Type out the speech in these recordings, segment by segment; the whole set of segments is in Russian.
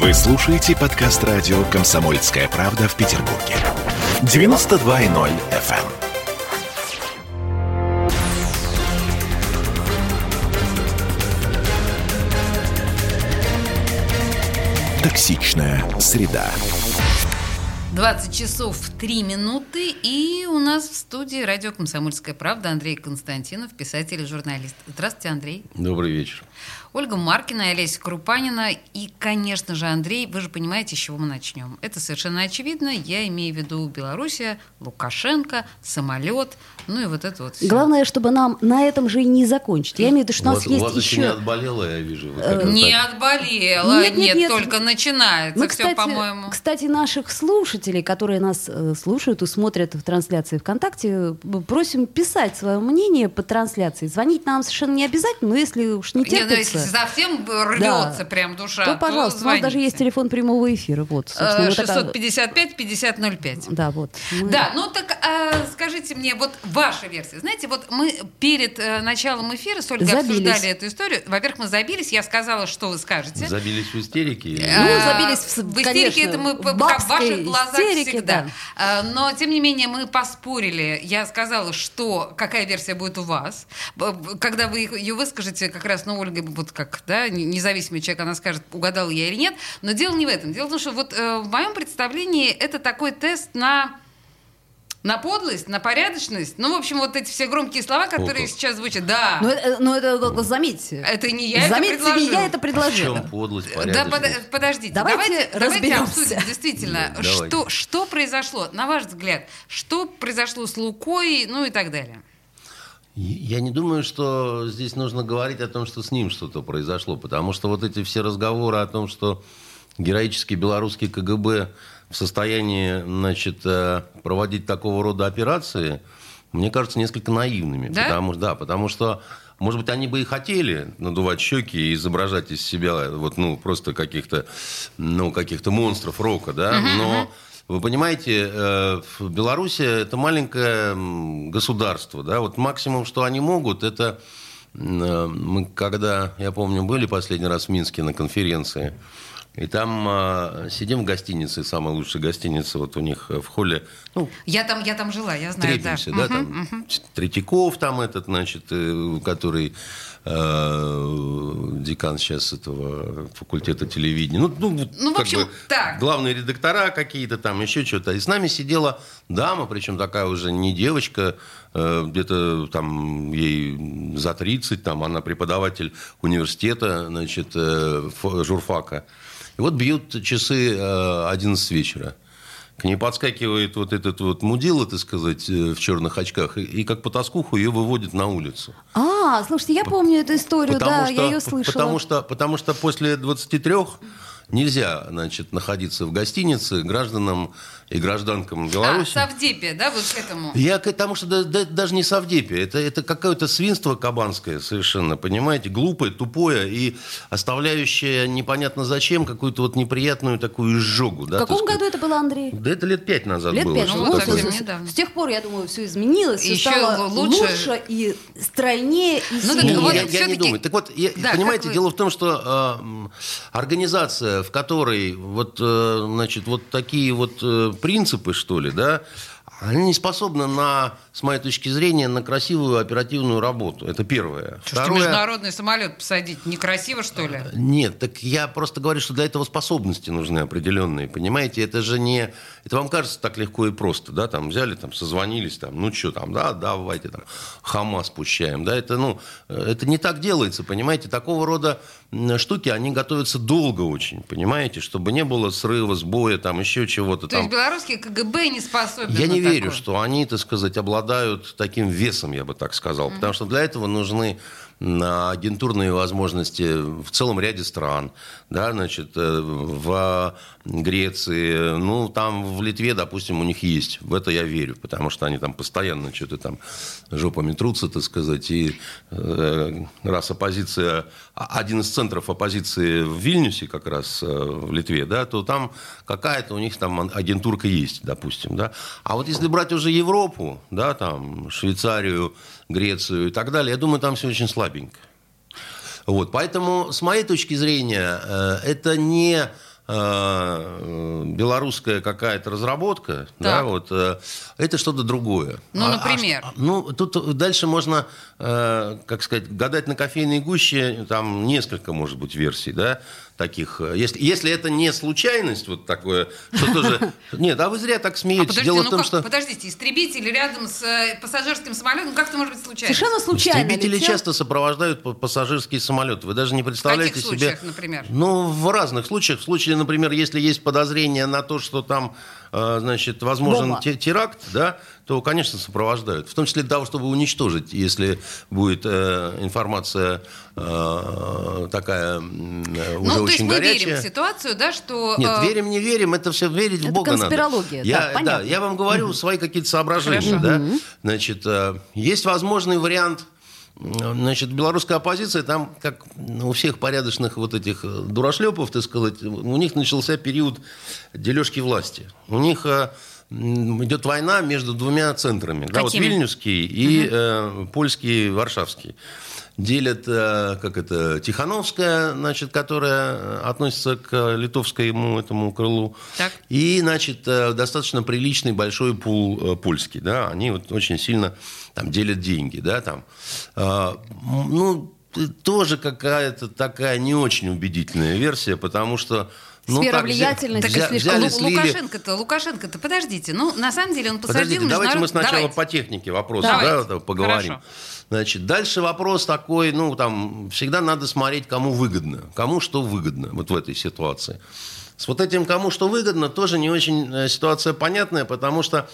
Вы слушаете подкаст радио «Комсомольская правда» в Петербурге. 92.0 FM. Токсичная среда. 20 часов 3 минуты, и у нас в студии радио «Комсомольская правда» Андрей Константинов, писатель и журналист. Здравствуйте, Андрей. Добрый вечер. Ольга Маркина, Олеся Крупанина и, конечно же, Андрей, вы же понимаете, с чего мы начнем. Это совершенно очевидно. Я имею в виду Белоруссия, Лукашенко, самолет, ну и вот это вот всё. Главное, чтобы нам на этом же и не закончить. Я имею в виду, что у нас у вас есть еще не еще... отболело, я вижу. Вы Э, как-то Не так. отболела. Нет, Нет, нет, нет. только начинается Мы, все, по-моему. кстати, наших слушателей, которые нас э, слушают и смотрят в трансляции ВКонтакте, э, просим писать свое мнение по трансляции. Звонить нам совершенно не обязательно, но если уж не Не, ну, если терпится, совсем рвется прям душа, то, пожалуйста, у нас звоните. даже есть телефон прямого эфира. Вот, собственно, Э, вот это- 655-5005. Да, вот. Мы- Да, ну так а, скажите мне, вот ваша версия. Знаете, вот мы перед э, началом эфира с Ольгой Забились. обсуждали эту историю. Во-первых, мы забились, я сказала, что вы скажете. Забились в истерике? или- Ну, Э, забились в с- в истерике, конечно, это мы п- как в бабской ваших глазах истерике, всегда. Э, Но, тем не менее, мы поспорили. Я сказала, что какая версия будет у вас. Б- б- Когда вы их- ее выскажете, как раз, ну, Ольга, вот как, да, не- независимый человек, она скажет, угадала я или нет. Но дело не в этом. Дело в том, что вот э, в моем представлении это такой тест на на подлость, на порядочность. Ну, в общем, вот эти все громкие слова, которые О, как. сейчас звучат. Да, Ну, это, ну, это, как бы, заметьте. это не Э, я заметьте, это предложила. не я это В предложила. чем подлость, Да, под- порядочность? подождите, Давайте давайте, давайте разберемся. обсудим действительно, Ну, давайте. что, что произошло, на ваш взгляд, что произошло с Лукой, ну и так далее. Я не думаю, что здесь нужно говорить о том, что с ним что-то произошло, потому что вот эти все разговоры о том, что героический белорусский КГБ в состоянии, значит, э, проводить такого рода операции, мне кажется, несколько наивными, Да? потому да, потому что может быть, они бы и хотели надувать щеки и изображать из себя вот, ну, просто каких-то, ну, каких-то монстров рока, да, но вы понимаете, э, в- Белоруссия это маленькое м, государство, да, вот максимум, что они могут, это м, э, мы когда, я помню, были последний раз в Минске на конференции, и там э, сидим в гостинице, самая лучшая гостиница вот у них э, в холле, ну, Я там, я там жила, я знаю, да. встретимся, да, Мгм. там Третьяков там этот, значит, э, который э, декан сейчас этого факультета телевидения. Ну, ну, вот Ну, в как общем, бы так. главные редактора какие-то там, еще что-то. И с нами сидела дама, причем такая уже не девочка, э, где-то там ей за 30, там она преподаватель университета, значит, э, ф- журфака. И вот бьют часы э, 11 вечера. К ней подскакивает вот этот вот мудила, так сказать, э, в черных очках, и, и как по тоскуху ее выводят на улицу. А, слушайте, я помню эту историю, да, я ее слышала. Потому что, потому что после 23 нельзя, значит, находиться в гостинице гражданам и гражданкам А, Беларуси. Савдепия, да, вот к этому. Я к тому, что да- да- даже не совдепе, это, это какое-то свинство кабанское совершенно, понимаете, глупое, тупое и оставляющее непонятно зачем какую-то вот неприятную такую изжогу. В Да, каком так сказать. году это было, Андрей? Да это лет пять назад Лет было. пять. что Ну, вот такое. совсем с- недавно. С тех пор, я думаю, все изменилось, все Еще стало лучше. лучше. и стройнее, и Ну, так Не, сильнее. вот я, я всё-таки- не думаю. Так вот, я- Да, понимаете, как вы- дело в том, что э, м, организация, в которой вот, э, значит, вот такие вот э, принципы, что ли, да, они не способны на, с моей точки зрения, на красивую оперативную работу. Это первое. Что ж, международный самолет посадить некрасиво, что ли? Э, Нет, так я просто говорю, что для этого способности нужны определенные, понимаете? Это же не... Это вам кажется так легко и просто, да? Там взяли, там созвонились, там, ну что там, да, давайте там Хамас пущаем, да? Это, ну, э, это не так делается, понимаете? Такого рода м, штуки, они готовятся долго очень, понимаете? Чтобы не было срыва, сбоя, там, еще чего-то То там. есть белорусский КГБ не способен Я на не такое. верю, что они, так сказать, обладают таким весом, я бы так сказал. Потому что для этого нужны м, агентурные возможности в целом ряде стран, да, значит, э, в Греции, ну, там в Литве, допустим, у них есть, в это я верю, потому что они там постоянно что-то там жопами трутся, так сказать, и э, раз оппозиция, а- один из центров оппозиции в Вильнюсе как раз, э, в Литве, да, то там какая-то у них там ан- агентурка есть, допустим, да. А вот если брать уже Европу, да, там Швейцарию, Грецию и так далее, я думаю, там все очень слабенько. Вот, поэтому, с моей точки зрения, э, это не э, белорусская какая-то разработка, да, вот, э, это что-то другое. Ну, например? ш- а ну, тут дальше можно, э, как сказать, гадать на кофейной гуще, там несколько, может быть, версий, да, таких. э, Если, если это не случайность вот такое, что тоже... Нет, а вы зря так смеетесь. подождите, Дело ну в том, как, что... подождите, истребитель рядом с э, пассажирским самолетом, как это может быть случайно? Совершенно случайно Истребители летел. часто сопровождают па- пассажирские самолеты. Вы даже не представляете каких себе... случаях, например? Ну, в разных случаях. В случае, например, если есть подозрение на то, что там, э, значит, возможен Бомба. те- теракт, да, то, конечно, сопровождают. В том числе для того, чтобы уничтожить, если будет э, информация э, такая м, э, уже ну, то есть очень мы горячая. верим в ситуацию, да, что... Нет, э, верим, не верим, это все верить в Это Бога надо. конспирология, Я, да, да, понятно. я вам говорю свои какие-то соображения. Хорошо. Да? Значит, э, есть возможный вариант. э, Значит, белорусская оппозиция, там, как у всех порядочных вот этих э, дурашлепов, так сказать, у них начался период дележки власти. У них э, м, идет война между двумя центрами. Да, вот Какими? Вильнюсский и э, польский Варшавский. Делят, э, как это, Тихановская, значит, которая э, относится к литовскому этому крылу. Так. И, значит, э, достаточно приличный большой пул э, польский, да, они вот очень сильно там делят деньги, да, там. А, м, Ну, э, тоже какая-то такая не очень убедительная версия, потому что... ну, Сфера так взя- влиятельности взя- слишком- взяли, Лу- слили. Лукашенко-то, Лукашенко-то, подождите. Ну, на самом деле он посадил Подождите, давайте мы международ- сначала Давайте. по технике вопроса Давайте. да, вот так поговорим. Хорошо. Значит, дальше вопрос такой, ну, там, всегда надо смотреть, кому выгодно, кому что выгодно вот в этой ситуации. С вот этим «кому что выгодно» тоже не очень э, ситуация понятная, потому что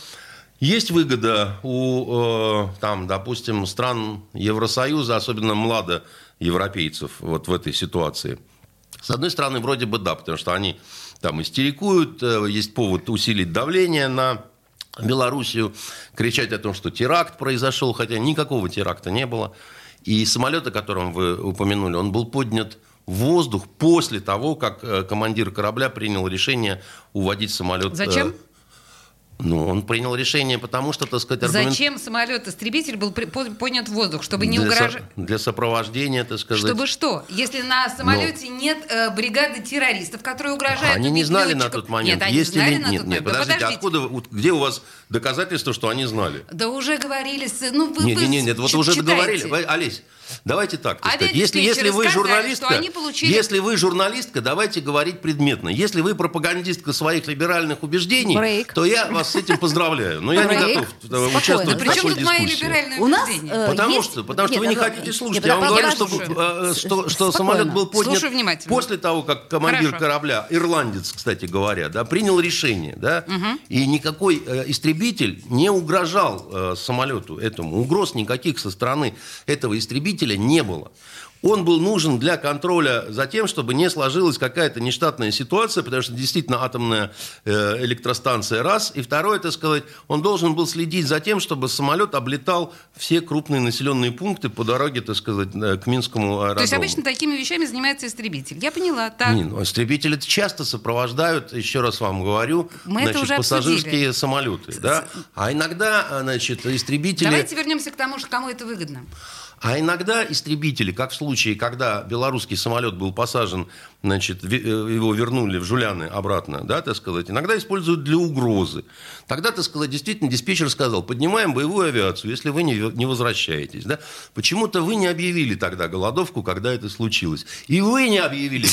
есть выгода у, э, там, допустим, стран Евросоюза, особенно младо европейцев вот в этой ситуации – с одной стороны, вроде бы да, потому что они там истерикуют, э, есть повод усилить давление на Белоруссию, кричать о том, что теракт произошел, хотя никакого теракта не было. И самолет, о котором вы упомянули, он был поднят в воздух после того, как э, командир корабля принял решение уводить самолет. э, Зачем? Ну, он принял решение, потому что, так сказать, аргумент- Зачем самолет-истребитель был при- по- поднят в воздух? Чтобы не для, со- угрожать... для сопровождения, так сказать. Чтобы что? Если на самолете нет э, бригады террористов, которые угрожают... Они не убить знали на летчиков? тот момент, Нет, они есть знали или на нет. тот Нет, момент. Да подождите, подождите. откуда, вы- вот где у вас доказательства, что они знали? Да уже говорили... с- Ну, вы, Нет, вы нет, нет, вот ч- уже читайте. договорили. Вы- Олесь, давайте так. так Опять сказать. Если, диспетчеры если вы сказали, журналистка, что они получили- если вы журналистка, давайте говорить предметно. Если вы пропагандистка своих либеральных убеждений, Брейк. то я вас с этим поздравляю. Но я не Брейк. готов э, Спокойно. Ну, участвовать в при чем такой тут мои дискуссии. либеральные У нас, убеждения? э, Потому есть- что, потому что Нет, вы не да, хотите нет, слушать. да, Я вам правда, говорю, я что, слушаю. э, что, что Спокойно. самолет был поднят Слушаю внимательно. после того, как командир Хорошо. корабля, ирландец, кстати говоря, да, принял решение. Да, И никакой э, истребитель не угрожал э, самолету этому. Угроз никаких со стороны этого истребителя не было. Он был нужен для контроля за тем, чтобы не сложилась какая-то нештатная ситуация, потому что действительно атомная э, электростанция раз. И второе, так сказать, он должен был следить за тем, чтобы самолет облетал все крупные населенные пункты по дороге, так сказать, э, к Минскому аэродрому. То есть обычно такими вещами занимается истребитель. Я поняла, так. Не, ну, истребители это часто сопровождают, еще раз вам говорю, Мы это значит, уже пассажирские обсудили. самолеты. Да? А иногда, а, значит, истребители... Давайте вернемся к тому, что кому это выгодно. А иногда истребители, как в случае, когда белорусский самолет был посажен, значит, ве- э, его вернули в Жуляны обратно, да, так сказать, иногда используют для угрозы. Тогда, так сказать, действительно диспетчер сказал, поднимаем боевую авиацию, если вы не, ве- не возвращаетесь, да. Почему-то вы не объявили тогда голодовку, когда это случилось. И вы не объявили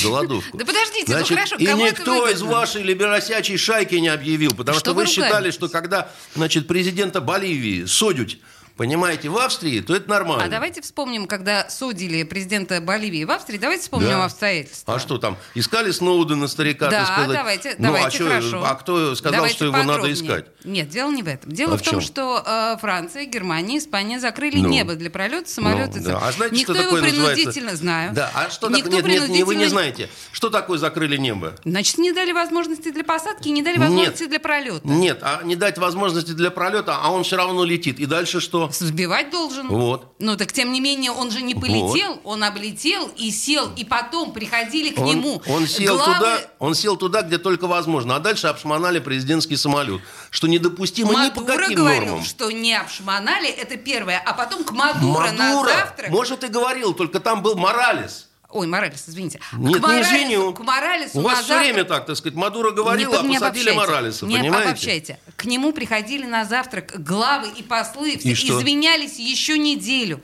голодовку. Да подождите, ну Значит, хорошо, И кому это никто из выгодно? вашей либеросячей шайки не объявил, потому Что что вы вы считали, ругаетесь? что когда, значит, президента Боливии Содють Понимаете, в Австрии, то это нормально. А давайте вспомним, когда судили президента Боливии в Австрии, давайте вспомним Да. обстоятельства. А что там? Искали Сноудена старика? Да, так сказать? давайте, ну, давайте, а чё, хорошо. А кто сказал, Давайте что его надо подробнее. искать? Нет, дело не в этом. Дело А в в том, чем? что э, Франция, Германия, Испания закрыли Ну. небо для пролета самолета. Ну, да. А знаете, Никто что такое его называется- принудительно знаю. Да, а Никто что такое? Нет, нет, не- принудительно... вы не знаете. Что такое закрыли небо? Значит, не дали возможности для посадки, не дали Нет. возможности для пролета. Нет, а не дать возможности для пролета, а он все равно летит. И дальше что? Сбивать должен. Вот. Ну так тем не менее он же не полетел, он облетел и сел, и потом приходили к нему. он сел главы- туда, он сел туда, где только возможно, а дальше обшмонали президентский самолет, что недопустимо ни по Мадуро каким говорил, нормам. что не обшмонали, это первое, а потом к Мадуро, на Мадуро, завтрак. может, и говорил, только там был Моралес. Ой, Моралес, извините. Нет, к Моралесу, не извиню. К Моралесу У вас на все завтра- время так, так сказать, Мадуро говорил, Не а по- не посадили обобщайте. Моралеса, не понимаете? обобщайте. К нему приходили на завтрак главы и послы, все И что? извинялись еще неделю.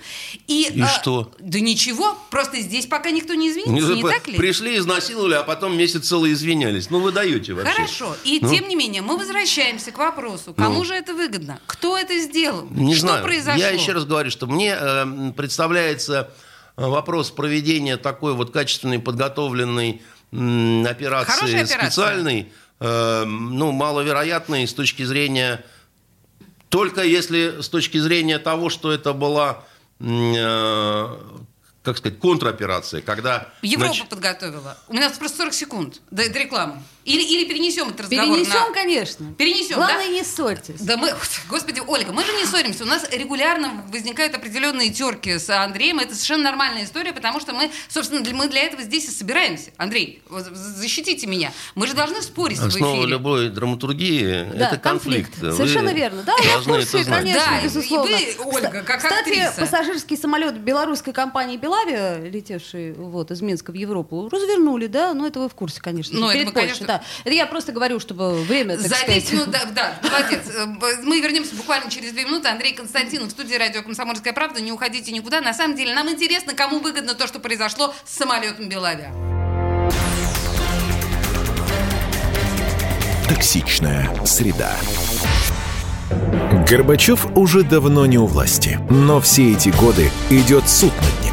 И, э, И что? Да ничего, просто здесь пока никто не Не извинится, не, зап- так ли? Пришли, изнасиловали, а потом месяц целый извинялись. Ну, вы даете вообще. Хорошо. И Ну. тем не менее, мы возвращаемся к вопросу, кому же это выгодно? Кто это сделал? Не что знаю. произошло? Я еще раз говорю, что мне э, представляется э, вопрос проведения такой вот качественной, подготовленной м, операции Хорошая операция. специальной, э, ну, маловероятной с точки зрения... Только если с точки зрения того, что это была, м, э, как сказать, контроперация, когда... Европа значит, подготовила. У меня просто 40 секунд до, до рекламы. Или, или перенесем этот разговор Перенесем, на- конечно. Перенесем, да? Главное, не ссорьтесь. Да мы, господи, Ольга, мы же не ссоримся. У нас регулярно возникают определенные терки с Андреем. Это совершенно нормальная история, потому что мы, собственно, для- мы для этого здесь и собираемся. Андрей, вот защитите меня. Мы же должны спорить в Основа эфире. любой драматургии Да, это конфликт. Вы Совершенно верно. Да, я в должны это курсе, знать. конечно, Да, и- и безусловно. вы, Ольга, как Кстати, актриса. пассажирский самолет белорусской компании «Белавия», летевший вот, из Минска в Европу, развернули, да? Ну, это вы в курсе, конечно. Ну, же, это перед мы, Польшей, конечно- да. Это я просто говорю, чтобы время, так Зависит, сказать... ну да, да, молодец. Э, б- Мы вернемся буквально через две минуты. Андрей Константинов в студии радио «Комсомольская правда». Не уходите никуда. На самом деле нам интересно, кому выгодно то, что произошло с самолетом Белавия. Токсичная среда. Горбачев уже давно не у власти, но все эти годы идет суд над ним.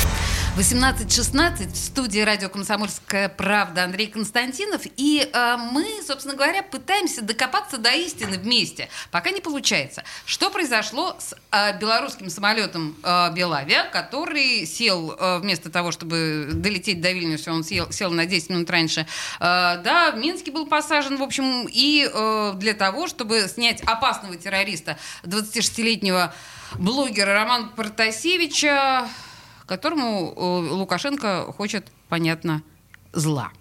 18.16 в студии радио «Комсомольская правда» Андрей Константинов. И э, мы, собственно говоря, пытаемся докопаться до истины вместе. Пока не получается. Что произошло с э, белорусским самолетом э, «Белавия», который сел э, вместо того, чтобы долететь до Вильнюса, он сел, сел на 10 минут раньше. Э, да, в Минске был посажен, в общем, и э, для того, чтобы снять опасного террориста, 26-летнего блогера Романа Протасевича, которому э, Лукашенко хочет, понятно, зла.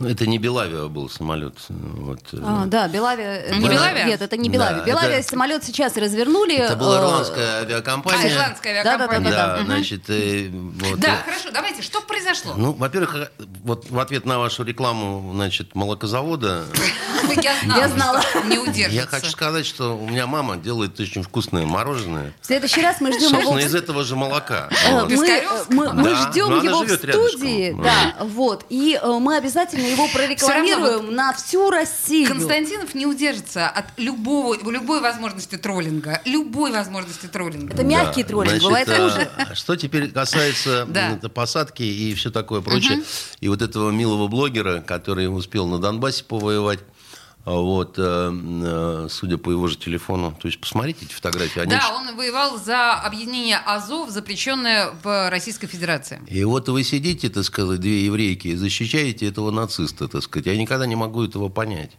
Ну, Это не Белавия был самолет. Вот. э, А, да, Белавия... Не Белавия? Нет, это не Белавия. Да, Белавия это- самолет сейчас развернули. Это была э, ирландская авиакомпания. А, ирландская Да, авиакомпания. Да-да-да-да-да. значит, э, вот, Да, э, хорошо, давайте, что произошло? ну, во-первых, э, вот в ответ на вашу рекламу, значит, молокозавода, Я знала, Я знала. что не удержится. я хочу сказать, что у меня мама делает очень вкусное мороженое. В следующий раз мы ждем его Собственно, из этого же молока. Э, Вот. мы, э, мы, мы Да, но ждем она его в живет рядышком. студии, Ну. да, вот, и э, мы обязательно его Всё прорекламируем равно на всю Россию. Константинов не удержится от любого, любой возможности троллинга. Любой возможности троллинга. Это мягкий Да, троллинг, значит, бывает а, хуже. Что теперь касается Да. м, это посадки и все такое прочее, и вот этого милого блогера, который успел на Донбассе повоевать, а вот, э, м, э, судя по его же телефону, то есть посмотрите эти фотографии, они Да, он воевал за объединение Азов, запрещенное в Российской Федерации. И вот вы сидите, так сказать, две еврейки, и защищаете этого нациста, так сказать. Я никогда не могу этого понять.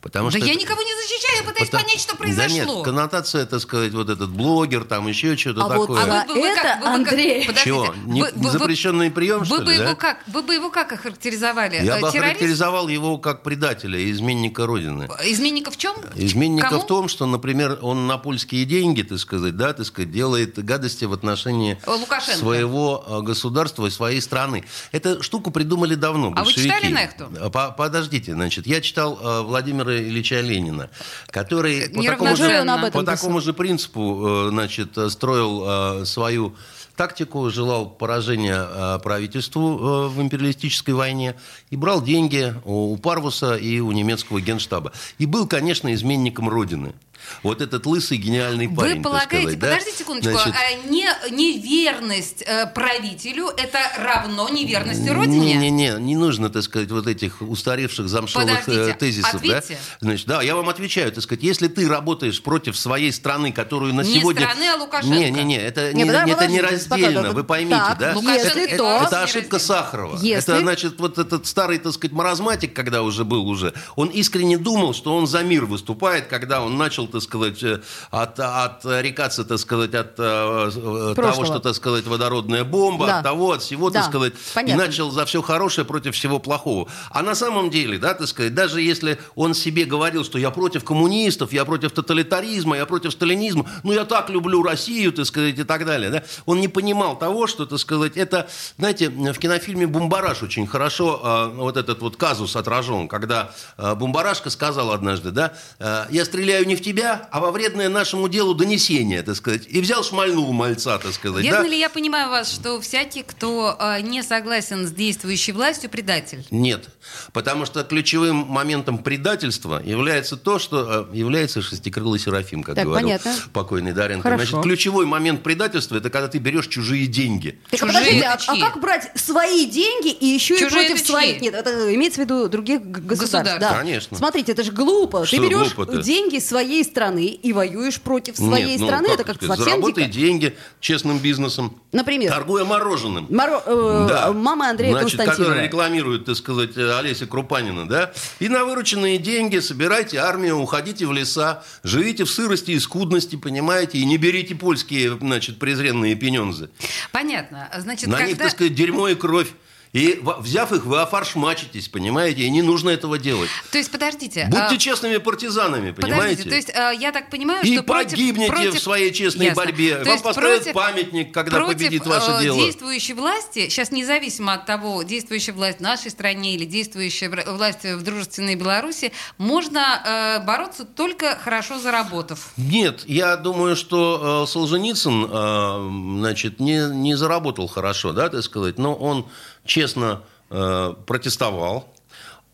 Потому да что я это- никого не защищаю, я пытаюсь потому- понять, что Да нет, произошло. коннотация, так сказать, вот этот блогер, там еще что-то А вот такое. за- Вы бы- вы Это как- вы бы как- Андрей. подождите, Чего? Не- вы- вы- вы- запрещенный прием, Вы что бы ли, его да? как, вы бы его как охарактеризовали? Я Э, бы Террорист? охарактеризовал его как предателя и изменника Родины. Изменника в чем? Изменника Кому? в том, что, например, он на польские деньги, так сказать, да, так сказать, делает гадости в отношении Лукашенко. своего э, государства и своей страны. Эту штуку придумали А давно. вы большевики. читали Нехту? А, по- Подождите, значит, я читал э, Владимира Ильича Ленина, Э, который по такому, Неравноженно. Уже он же, об по этом такому же принципу, э, значит, э, строил э, свою тактику, желал поражения э, правительству э, в империалистической войне и брал деньги у у Парвуса и у немецкого генштаба. И был, конечно, изменником Родины. Вот этот лысый гениальный парень, Вы так полагаете, сказать, да? подождите секундочку, Значит, а не, неверность э, правителю это равно неверности родине? Не-не-не, не нужно, так сказать, вот этих устаревших замшелых Подождите, э, тезисов. ответьте. Да? Значит, да, я вам отвечаю, так сказать, если ты работаешь против своей страны, которую на Не сегодня... страны, а Лукашенко. Не-не-не, это не, Не, подо- это не подождите, спокойно. раздельно, вы Вот поймите, так, да? Лукашенко Если это то- вообще Это ошибка раздельно. Сахарова. Если- Это, значит, вот этот старый, так сказать, маразматик, когда уже был уже, он искренне думал, что он за мир выступает, когда он начал, так сказать, э, от, отрекаться, так сказать, от э, э, того, Прошлого. что, так сказать, водородная бомба, Да. от того, от всего, Да, так сказать, понятно. и начал за все хорошее против всего плохого. А на самом деле, да, так сказать, даже если он себе говорил, что я против коммунистов, я против тоталитаризма, я против сталинизма, ну я так люблю Россию, так сказать, и так далее, да, он не понимал того, что, так сказать, это, знаете, в кинофильме «Бумбараш» очень хорошо э, вот этот вот казус отражен, когда э, Бумбарашка сказал однажды, да, э, я стреляю не в тебя, а во вредное нашему делу донесение, так сказать, и взял шмальнул мальца, так сказать, Верно да. ли я понимаю вас, что всякий, кто э, не согласен с действующей властью, предатель? Нет, потому что ключевым моментом предательства является то, что э, является шестикрылый Серафим, как Так, говорил понятно. покойный Даренко. Хорошо. Значит, ключевой момент предательства – это когда ты берешь чужие деньги. Так а Чужие подождите, а, это чьи? а как брать свои деньги и еще Чужие и это против чьи? своих? Нет, это имеется в виду других г- государств. Государств. да. Конечно. Смотрите, это же глупо. Что Ты берешь глупо-то? деньги своей страны и воюешь против Нет, своей ну, страны. как это как сказать, совсем Заработай дико. деньги честным бизнесом. Например. Торгуя мороженым. Моро- э, Да. Мама Андрея Значит, Константинова. которая рекламирует, так сказать, э, Олеся Крупанина, да? И на вырученные деньги собирайте армию, уходите в леса, живите в сырости и скудности, понимаете, и не берите польские, значит, презренные пенензы. Понятно. Значит, На когда... них, так сказать, дерьмо и кровь. И во- взяв их, вы офаршмачитесь, понимаете? И не нужно этого делать. То есть, подождите. а, Будьте честными партизанами, понимаете? Подождите, то есть э, я так понимаю, И что против- погибнете против- в своей честной Ясно. борьбе. То Вам есть поставят против- памятник, когда против, победит ваше э, дело. действующей власти, сейчас независимо от того, действующая власть в нашей стране или действующая бра- власть в дружественной Беларуси, можно э, бороться только хорошо заработав. Нет, я думаю, что э, Солженицын, э, значит, не, не заработал хорошо, да, так сказать, но он честно э, протестовал,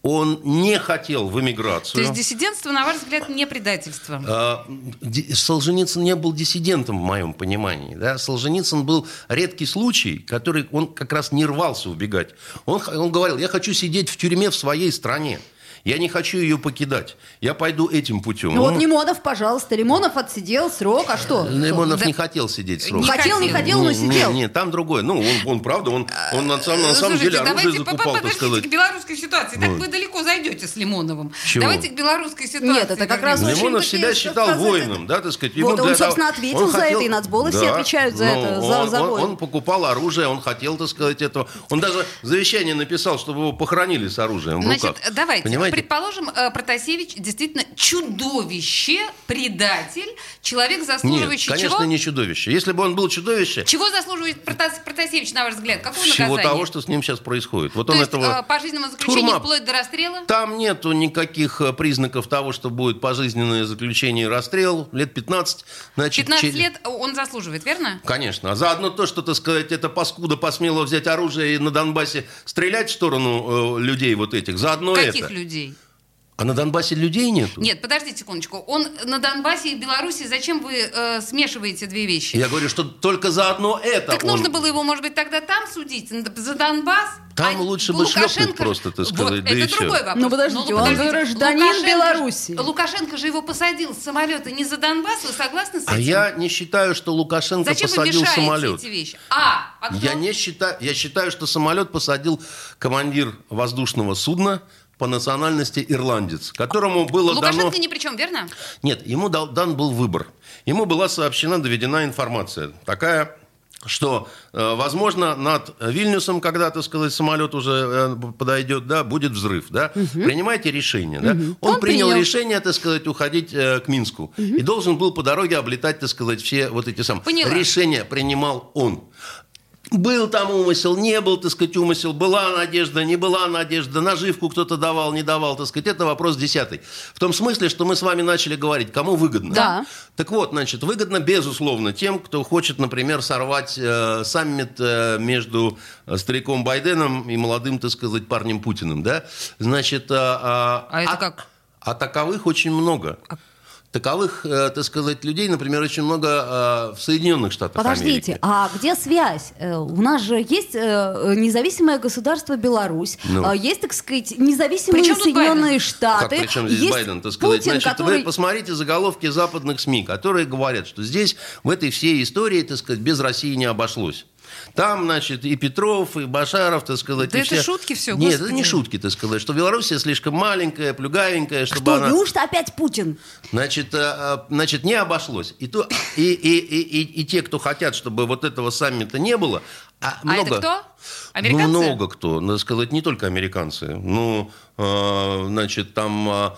он не хотел в эмиграцию. То есть диссидентство, на ваш взгляд, не предательство. А, ди- Солженицын не был диссидентом в моем понимании. Да? Солженицын был редкий случай, который он как раз не рвался убегать. Он, х- он говорил, я хочу сидеть в тюрьме в своей стране. Я не хочу ее покидать. Я пойду этим путем. Ну Он- вот Лимонов, пожалуйста. Лимонов отсидел срок, а что? Лимонов Да. не хотел сидеть срок. Не Хотел, не хотел. хотел, но Не, не, сидел. не, там другое. Ну, он, он правда, он, он на самом, А, на самом Слушайте, деле оружие давайте закупал, по- так подождите сказать. к белорусской ситуации. Так Вот. вы далеко зайдете с Лимоновым. Чего? Давайте к белорусской ситуации. Нет, это как раз вернемся. очень Лимонов такие, себя что считал сказать, воином, да, так сказать. Ему Вот он, для того- собственно, ответил за это, и нацболы все отвечают за но это, за- Ну, он, за он- войн. он покупал оружие, он хотел, так сказать, этого. Он даже завещание написал, чтобы его похоронили с оружием в Значит, э, руках. давайте, Понимаете? предположим, э, Протасевич действительно чудовище, предатель, человек, Нет, заслуживающий конечно, чего? не чудовище. Если бы он был чудовище, Чего заслуживает Протас- Протасевич, на ваш взгляд? Какого всего наказания? того, что с ним сейчас происходит. Вот То он есть этого... а, э, пожизненного заключения Тюрьма. вплоть до расстрела? Там нету никаких э, признаков того, что будет пожизненное заключение и расстрел. Лет 15. Значит, 15 че- лет он заслуживает, верно? Конечно. А заодно то, что, так сказать, эта паскуда посмела взять оружие и на Донбассе стрелять в сторону э, людей вот этих. Заодно Каких это. людей? А на Донбассе людей нету? Нет, подождите секундочку. Он на Донбассе и в Беларуси. Зачем вы э, смешиваете две вещи? Я говорю, что только заодно это. Так он- нужно было его, может быть, тогда там судить, н- за Донбасс. Там а лучше бы Лукашенко- шлепнуть просто, так сказать, Вот, да это и всё. другой вопрос. Ну, подождите, Но, он подождите, гражданин Лукашенко- Беларуси. Лукашенко же его посадил с самолета не за Донбасс, вы согласны с этим? А я не считаю, что Лукашенко Зачем вы посадил мешаете самолет. эти вещи? А, а кто? Я не считаю, я считаю, что самолет посадил командир воздушного судна по национальности ирландец, которому было Лукашенко дано... ни при чем, верно? Нет, ему дал- дан был выбор. Ему была сообщена, доведена информация такая, что, э, возможно, над Вильнюсом, когда, так сказать, самолет уже э, п- подойдет, да, будет взрыв, да. Принимайте решение, да. Он, Он принял, принял. решение, так сказать, уходить э, к Минску. И должен был по дороге облетать, так сказать, все вот эти самые. Поняла. Решение принимал он. Был там умысел, не был, так сказать, умысел, была надежда, не была надежда, наживку кто-то давал, не давал, так сказать, это вопрос десятый. В том смысле, что мы с вами начали говорить, кому выгодно. Да. Так вот, значит, выгодно, безусловно, тем, кто хочет, например, сорвать э, саммит э, между э, стариком Байденом и молодым, так сказать, парнем Путиным, да? Значит, а, А это как? А таковых очень много. Таковых, э, так сказать, людей, например, очень много э, в Соединенных Штатах Подождите, Америки. а где связь? Э, У нас же есть э, независимое государство Беларусь, Ну. а есть, так сказать, независимые Причем тут Соединенные Байден? Как Штаты. причем здесь есть Байден, так сказать? Путин, Значит, который... вы посмотрите заголовки западных СМИ, которые говорят, что здесь, в этой всей истории, так сказать, без России не обошлось. Там, значит, и Петров, и Башаров, так сказать. Да и это шутки всё, Нет, это господи. не шутки, так сказать, что Белоруссия слишком маленькая, плюгавенькая, чтобы Что, она... неужто опять Путин? Значит, э, э, значит, не обошлось. И, то, и, и, и, и- и те, кто хотят, чтобы вот этого саммита не было, а А много... это кто? Ну, Американцы? много кто, надо сказать, не только американцы. Ну, э, значит, там э,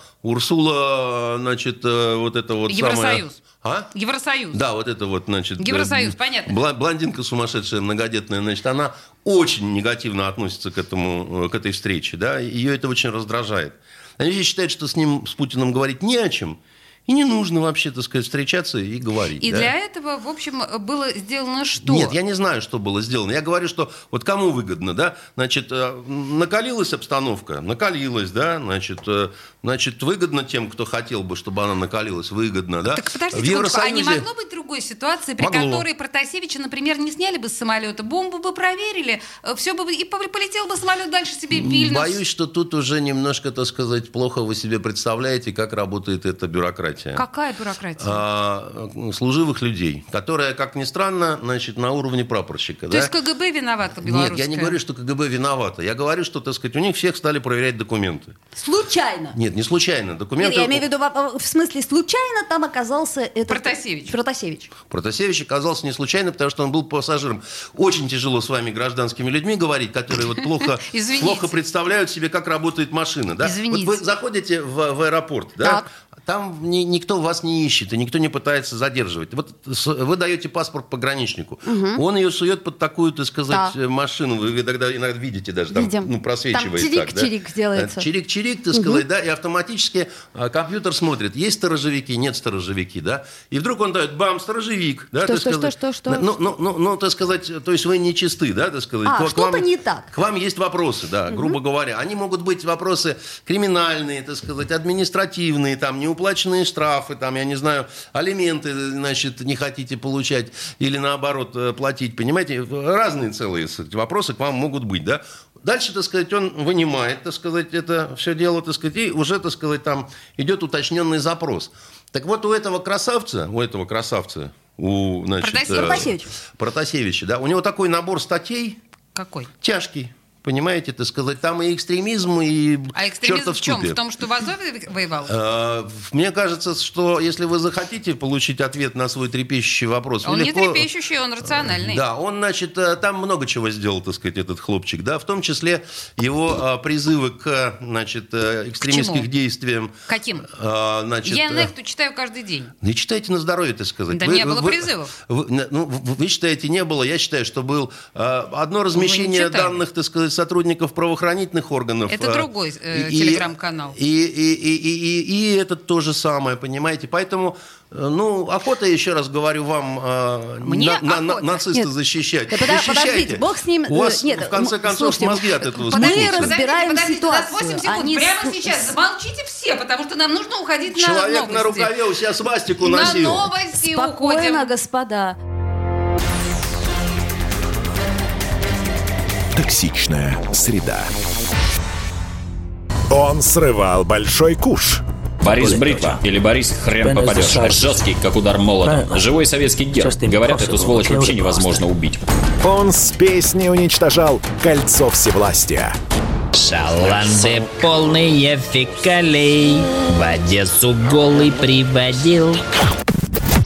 Урсула, значит, э, вот это вот Евросоюз. самая- А? Евросоюз. Да, вот это вот, значит... э, Евросоюз, понятно. бла- Блондинка сумасшедшая, многодетная, значит, она очень негативно относится к, этому, э, к этой встрече, да, и ее это очень раздражает. Они все считают, что с ним, с Путиным говорить не о чем, и не нужно вообще, так сказать, встречаться и говорить. И да. для этого, в общем, было сделано что? Нет, я не знаю, что было сделано. Я говорю, что вот кому выгодно, да? Значит, э, накалилась обстановка, накалилась, да? Значит, э, значит, выгодно тем, кто хотел бы, чтобы она накалилась, выгодно, да? Так подождите, В секундочку, а не Евросоюзе- могло быть другой ситуации, при Могло. которой Протасевича, например, не сняли бы с самолета, бомбу бы проверили, все бы и пов- полетел бы самолет дальше себе в Вильнюс. Боюсь, что тут уже немножко, так сказать, плохо вы себе представляете, как работает эта бюрократия. Какая бюрократия? А, э, служивых людей, которая, как ни странно, значит, на уровне прапорщика. То да? есть КГБ виновата белорусская? Нет, я не говорю, что КГБ виновата. Я говорю, что, так сказать, у них всех стали проверять документы. Случайно. Нет, не случайно. Нет, Документы... я имею в виду, во- в смысле, случайно там оказался этот... Протасевич. Протасевич. Протасевич оказался не случайно, потому что он был пассажиром. Очень тяжело с вами, гражданскими людьми, говорить, которые вот плохо, Извините. плохо представляют себе, как работает машина. Да? Извините. Вот вы заходите в, в аэропорт, да? Так. там ни- никто вас не ищет, и никто не пытается задерживать. Вот с- вы даете паспорт пограничнику, он ее сует под такую, так сказать, Да. машину, вы тогда иногда видите даже, там, Видим. ну, просвечивает. Там так, да? чирик-чирик делается. Чирик-чирик, ты сказал, да, и автоматически а, компьютер смотрит, есть сторожевики, нет сторожевики, да, и вдруг он дает, бам, сторожевик, да, Что, так что, сказать. что, что, что? Ну, ну, ну, ну, так сказать, то есть вы не чисты, да, так сказать. А, К- к что-то вам- не так. К вам есть вопросы, да, грубо говоря. Они могут быть вопросы криминальные, так сказать, административные, там, неуплаченные штрафы, там, я не знаю, алименты, значит, не хотите получать или наоборот э, платить, понимаете? Разные целые так сказать, вопросы к вам могут быть, да. Дальше, так сказать, он вынимает, так сказать, это все дело, так сказать, и уже, так сказать, там идет уточненный запрос. Так вот, у этого красавца, у этого красавца, у, значит, Протасевича. э, Протасевича. Протасевича, да, у него такой набор статей Какой? тяжкий, понимаете, так сказать, там и экстремизм, и А экстремизм чертов в чем? купе. В том, что в Азове воевал? Э, Мне кажется, что если вы захотите получить ответ на свой трепещущий вопрос, вы А Он не легко- трепещущий, он рациональный. Да, он, значит, э, там много чего сделал, так сказать, этот хлопчик, да, в том числе его э, призывы к, значит, э, экстремистских чему? действиям. Каким? Э, Значит, Я э, Нехту читаю каждый день. Не читайте на здоровье, так сказать. Да не было призывов. вы- на- ну, вы вы считаете, не было. Я считаю, что был а, одно размещение читали. данных, так сказать, сотрудников правоохранительных органов. Это а, другой, э, и- телеграм-канал. И, и, и, и, и, и это то же самое, понимаете? Поэтому, э, ну, охота, еще раз говорю вам, а, Мне на- на- на- охота. нацистов Нет. защищать. Да подо- Защищайте. подождите, бог с ним, У вас, э, нет, в конце м, концов, слушайте, э, мозги от этого подожди, взбухнутся. подожди, разбираем у нас ситуацию. 8 секунд. Они Прямо с- сейчас замолчите все, потому что нам нужно уходить Человек на новости. на рукаве у себя свастику на носил. новости Спокойно, уходим. господа. Токсичная среда. Он срывал большой куш. Борис Бритва или Борис Хрен попадешь. Жесткий, как удар молота. Живой советский герб. Говорят, эту сволочь вообще невозможно убить. Он с песней уничтожал кольцо всевластия. Шаланды полные фекалей В Одессу голый приводил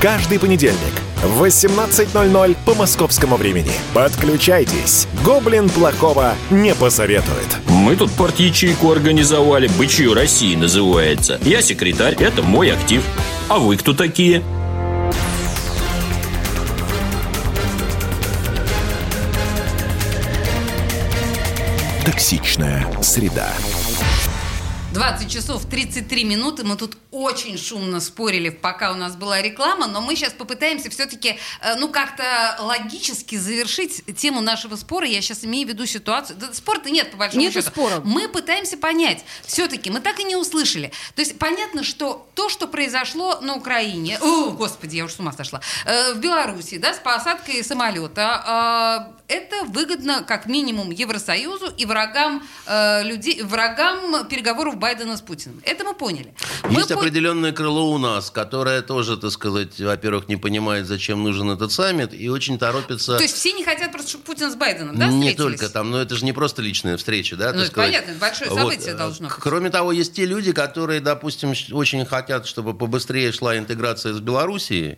Каждый понедельник в 18.00 по московскому времени. Подключайтесь. Гоблин плохого не посоветует. Мы тут порт-ячейку организовали, бычью России называется. Я секретарь, это мой актив. А вы кто такие? Токсичная среда. 20 часов 33 минуты. Мы тут очень шумно спорили, пока у нас была реклама, но мы сейчас попытаемся все-таки, ну, как-то логически завершить тему нашего спора. Я сейчас имею в виду ситуацию. Да, спора-то нет, по большому Нету счету. спора. Мы пытаемся понять. Все-таки мы так и не услышали. То есть понятно, что то, что произошло на Украине, о, господи, я уже с ума сошла, Э, в Беларуси, да, с посадкой самолета, э, это выгодно как минимум Евросоюзу и врагам э, людей, врагам переговоров Байдена с Путиным. Это мы поняли. Мы Есть пон- определенное крыло у нас, которое тоже, так сказать, во-первых, не понимает, зачем нужен этот саммит, и очень торопится... То есть все не хотят просто, чтобы Путин с Байденом, да, не встретились? только там, но это же не просто личная встреча, да? Ну, так это сказать. понятно, это большое событие э, должно к- быть. Кроме того, есть те люди, которые, допустим, щ- очень хотят, чтобы побыстрее шла интеграция с Белоруссией,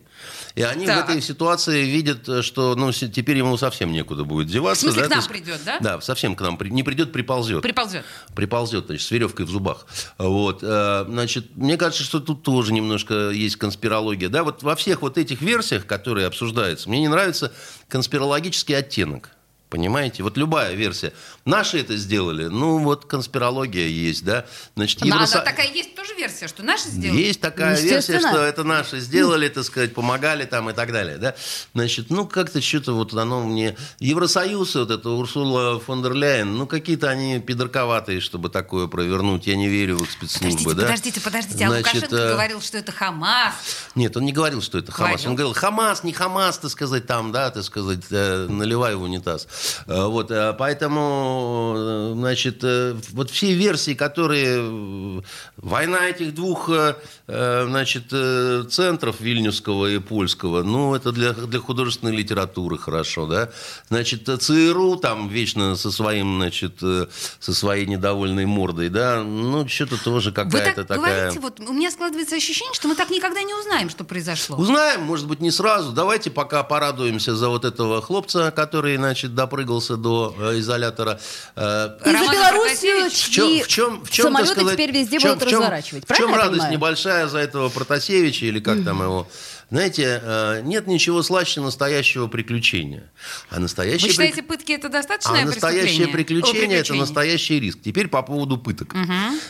и они Так. в этой ситуации видят, э, что ну, с- теперь ему совсем некуда будет деваться. В смысле, да, к нам то есть- придет, да? Да, совсем к нам при- не придет, приползет Приползет. приползет, значит, с веревкой в зубах. Вот, э, значит, мне кажется, что тут тоже немножко есть конспирология. Да, вот во всех вот этих версиях, которые обсуждаются, мне не нравится конспирологический оттенок. Понимаете? Вот любая версия. Наши это сделали, ну вот конспирология есть, да? Значит, Она, Евросо- она такая есть тоже версия, что наши сделали? есть такая версия, Естественно. что это наши сделали, так сказать, помогали там и так далее, да? Значит, ну как-то что-то вот оно мне... Евросоюз, вот это Урсула фон дер Ляйен, ну какие-то они пидорковатые, чтобы такое провернуть. Я не верю в их спецслужбы, Подождите, да? подождите, подождите. А Лукашенко э, говорил, что это Хамас. Нет, он не говорил, что это Хамас. Говорил. Он говорил, Хамас, не Хамас, так сказать, там, да, так сказать, э, наливай в унитаз. Э, Вот, э, поэтому, э, значит, э, вот все версии, которые... э, Война этих двух, э, э, значит, э, центров вильнюсского и польского, ну, это для, для художественной литературы хорошо, да. Значит, э, ЦРУ там вечно со своим, значит, э, со своей недовольной мордой, да, ну, что-то тоже Вы так какая-то такая... говорите, вот у меня складывается ощущение, что мы так никогда не узнаем, что произошло. Узнаем, может быть, не сразу. Давайте пока порадуемся за вот этого хлопца, который, значит, допрыгался до э, изолятора. Э, И за Роман Белоруссию Протасевич. в чё- чьи в чем, в чем, самолеты теперь везде будут разворачивать. В чем Правильно я радость понимаю? небольшая за этого Протасевича или как там его? Знаете, э, нет ничего слаще настоящего приключения. А настоящее Вы прик- считаете, пытки это достаточное а настоящее преступление? приключение О, это настоящий риск. Теперь по поводу пыток.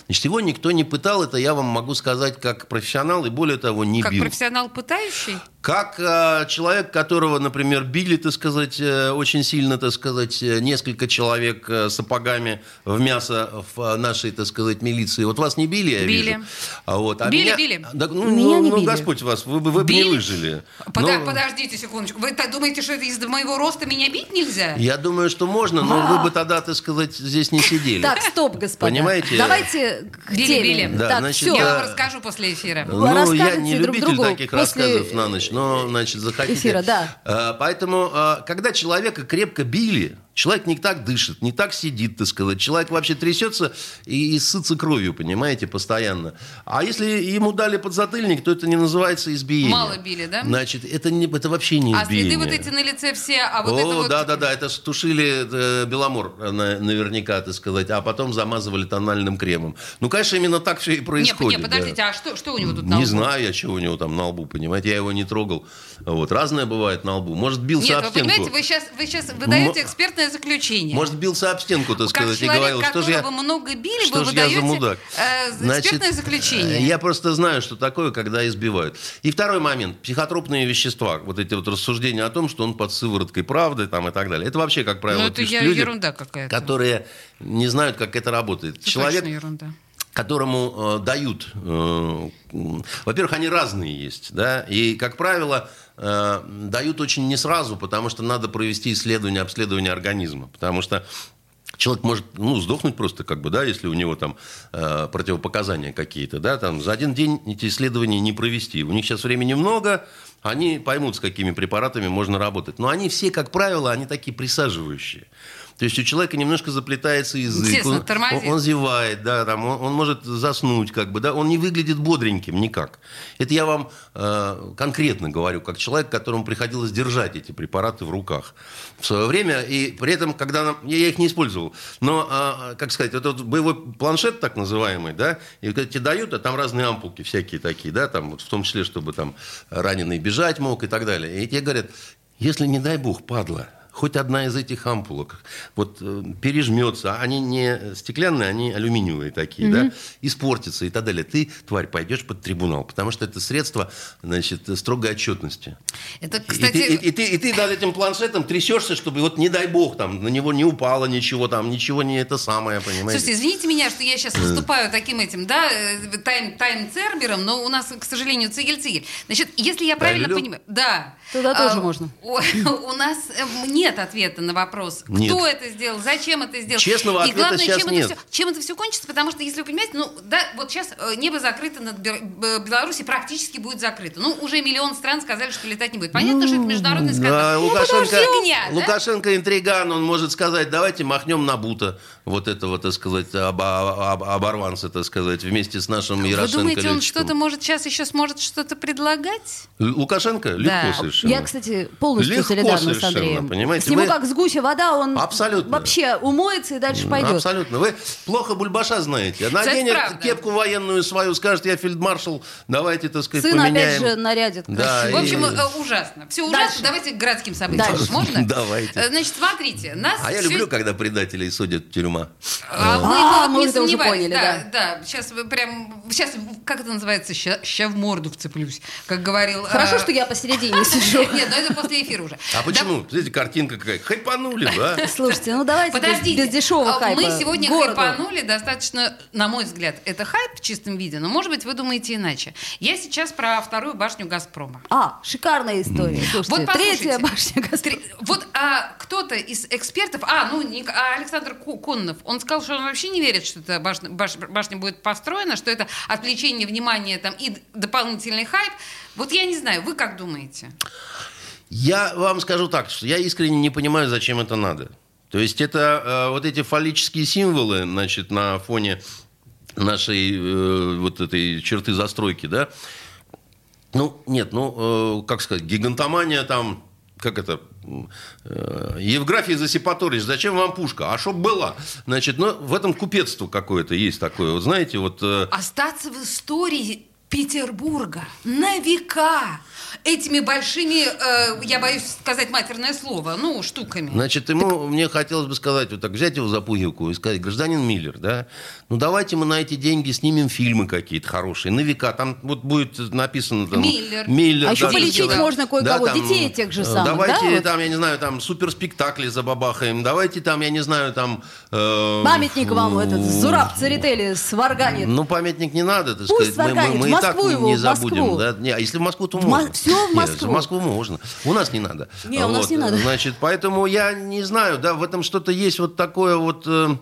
Значит, его никто не пытал, это я вам могу сказать как профессионал и более того не Как бил. профессионал пытающий? Как э, человек, которого, например, били, так сказать, э, очень сильно, так сказать, э, несколько человек э, сапогами в мясо в э, нашей, так сказать, милиции. Вот вас не били, я Били. вижу. А вот, а Били, меня- били. Да, ну, Меня ну, не ну, били. Господь вас, вы бы вы бы не Били? выжили. Ну, Пода- Но- Подождите секундочку. Вы так думаете, что это из-за моего роста меня бить нельзя? Я думаю, что можно, но вы бы тогда, так сказать, здесь не сидели. Так, стоп, господа. Понимаете? Давайте к Били, теме. били. Да, так, значит, э, все. Я вам Да. расскажу после эфира. Ну, я не Расскажете друг любитель другу таких после рассказов на ночь, но, значит, захотите. эфира, да. А, Поэтому, а, когда человека крепко били, человек не так дышит, не так сидит, ты сказать. Человек вообще трясется и, и сытся кровью, понимаете, постоянно. А если ему дали подзатыльник, то это не называется избиение. Мало били, да? Значит, это, не, это вообще не А избиение. следы вот эти на лице все, а вот О, это вот... да, да, да, это ж тушили э, беломор э, на- наверняка, так сказать, а потом замазывали тональным кремом. Ну, конечно, именно так все и Не, не, происходит. да. подождите, а что, что у него тут на Не лбу? знаю я, чего у него там на лбу, понимаете, я его не трогал. Вот, разное бывает на лбу. Может, бился Нет, об вы стенку. понимаете, вы сейчас, вы сейчас выдаете Мо- экспертное заключение. Может, бился об стенку, так Ну, как сказать, и человек, говорил, что которого же я... много били, Что вы ж я выдаете за мудак? э, Значит, экспертное заключение. э, Я просто знаю, что такое, когда избивают. И второй момент. Психотропные вещества. Вот эти вот рассуждения о том, что он под сывороткой правды там, и так далее. Это вообще, как правило, ну, это пишут я- люди, ерунда какая-то. которые не знают, как это работает. Это Человек, точно ерунда. которому э, дают. э, м, во-первых, они разные есть, да, и, как правило, э, дают очень не сразу, потому что надо провести исследование, обследование организма, потому что Человек может, ну, сдохнуть просто, как бы, да, если у него там э, противопоказания какие-то, да, там за один день эти исследования не провести. У них сейчас времени много, они поймут, с какими препаратами можно работать. Но они все, как правило, они такие присаживающие. То есть у человека немножко заплетается язык. Естественно, он- тормозит. он- он зевает, да, там, он, он может заснуть, как бы, да, он не выглядит бодреньким никак. Это я вам э, конкретно говорю, как человек, которому приходилось держать эти препараты в руках в свое время, и при этом, когда нам- я, я их не использовал, но, а, как сказать, вот этот боевой планшет так называемый, да, и вот тебе дают, а там разные ампулки всякие такие, да, там, вот в том числе, чтобы там раненый бежать мог и так далее, и тебе говорят, если, не дай бог, падла, хоть одна из этих ампулок вот э, пережмется, они не стеклянные, они алюминиевые такие, да, испортится и так далее, ты, тварь, пойдешь под трибунал, потому что это средство, значит, строгой отчетности. Это, И кстати... ты- И ты, и, ты, и ты над этим планшетом трясешься, чтобы вот не дай бог там на него не упало ничего, там ничего не это самое, понимаете? Слушайте, извините меня, что я Э. сейчас выступаю таким этим, да, э, тайм, тайм-цербером, но у нас, к сожалению, цигель-цигель. Значит, если я правильно Тайлю-лю? понимаю... Да. Туда А, тоже можно. У, у нас э, нет ответа на вопрос, кто Нет. это сделал, зачем это сделал. Честного И ответа главное, щас чем, нет. Это все, чем это все кончится, потому что, если вы понимаете, ну, да, вот сейчас небо закрыто над Бер- Б- Беларусью, практически будет закрыто. Ну, уже миллион стран сказали, что летать не будет. Понятно, что это международный скандал. Да, Ну, а Лукашенко, подожди меня, да? Лукашенко интриган, он может сказать, давайте махнем на Бута, вот этого, так сказать, оба- об- оборванца, так сказать, вместе с нашим Вы Ярошенко думаете, он летчиком. что-то может сейчас еще сможет что-то предлагать? Л- Лукашенко? Легко совершенно. Я, кстати, полностью Легко солидарна с совершенно, Андреем. понимаете, С нему мы- как с гуся вода, он Абсолютно. вообще умоется и дальше пойдет. Абсолютно. Вы плохо Бульбаша знаете. Наденет правда. кепку военную свою, скажет, я фельдмаршал, давайте, так сказать, Сына опять поменяем. же нарядит. Да, В А, и- общем, э, ужасно. Все ужасно. Дальше. Давайте к городским событиям. Дальше. Можно? Давайте. Э, Значит, смотрите, нас. А я всё- люблю, когда предателей судят тюрьма. А вы, А, вот мы не это уже сомневались, поняли, да, да. Сейчас вы прям, сейчас как это называется, ща, ща в морду вцеплюсь, как говорил. Хорошо, э, что я посередине сижу. Нет, но это после эфира уже. А почему? Смотрите, картинка какая. Хайпанули бы, а? Слушайте, ну давайте без- Подождите, без дешевого А хайпа. мы сегодня Городу. хайпанули достаточно, на мой взгляд, это хайп в чистом виде, но, может быть, вы думаете иначе. Я сейчас про вторую башню «Газпрома». А, шикарная история. Слушайте, Вот послушайте. третья башня Газпрома. Три- Вот а, кто-то из экспертов, а, ну, не- а, Александр Ку- Коннов, он сказал, что он вообще не верит, что эта башня, баш- башня будет построена, что это отвлечение внимания там, и д- дополнительный хайп. Вот я не знаю, вы как думаете? Я вам скажу так, что я искренне не понимаю, зачем это надо. То есть это э, вот эти фаллические символы, значит, на фоне нашей э, вот этой черты застройки, да. Ну, нет, ну, э, как сказать, гигантомания там, как это, м, э, Евграфий Засипаторович, зачем вам пушка? А чтоб была? Значит, ну, в этом купецство какое-то есть такое, вот знаете, вот... э, Остаться в истории Петербурга на века этими большими, э, я боюсь сказать матерное слово, ну, штуками. Значит, ему мне хотелось бы сказать, вот так взять его за пуговку и сказать, гражданин Миллер, да, ну давайте мы на эти деньги снимем фильмы какие-то хорошие, на века, там вот будет написано там... Миллер. Миллер, А еще да, полечить Миллер, да. можно кое-кого, там, детей тех же э, самых, Давайте да, вот? там, я не знаю, там суперспектакли забабахаем, давайте там, я не знаю, там... э, Памятник вам этот, Зураб Церетели сварганит. Ну, памятник не надо, так Пусть сказать. Мы- Мы, сварганит, мы и в так Москву его, не в забудем. Москву. Да? Не, а если в Москву, то В Мо- можно. всё в Не, Москву. в Москву можно. У нас не надо. Не, у нас не надо. Значит, поэтому я не знаю, да, в этом что-то есть вот такое вот... э,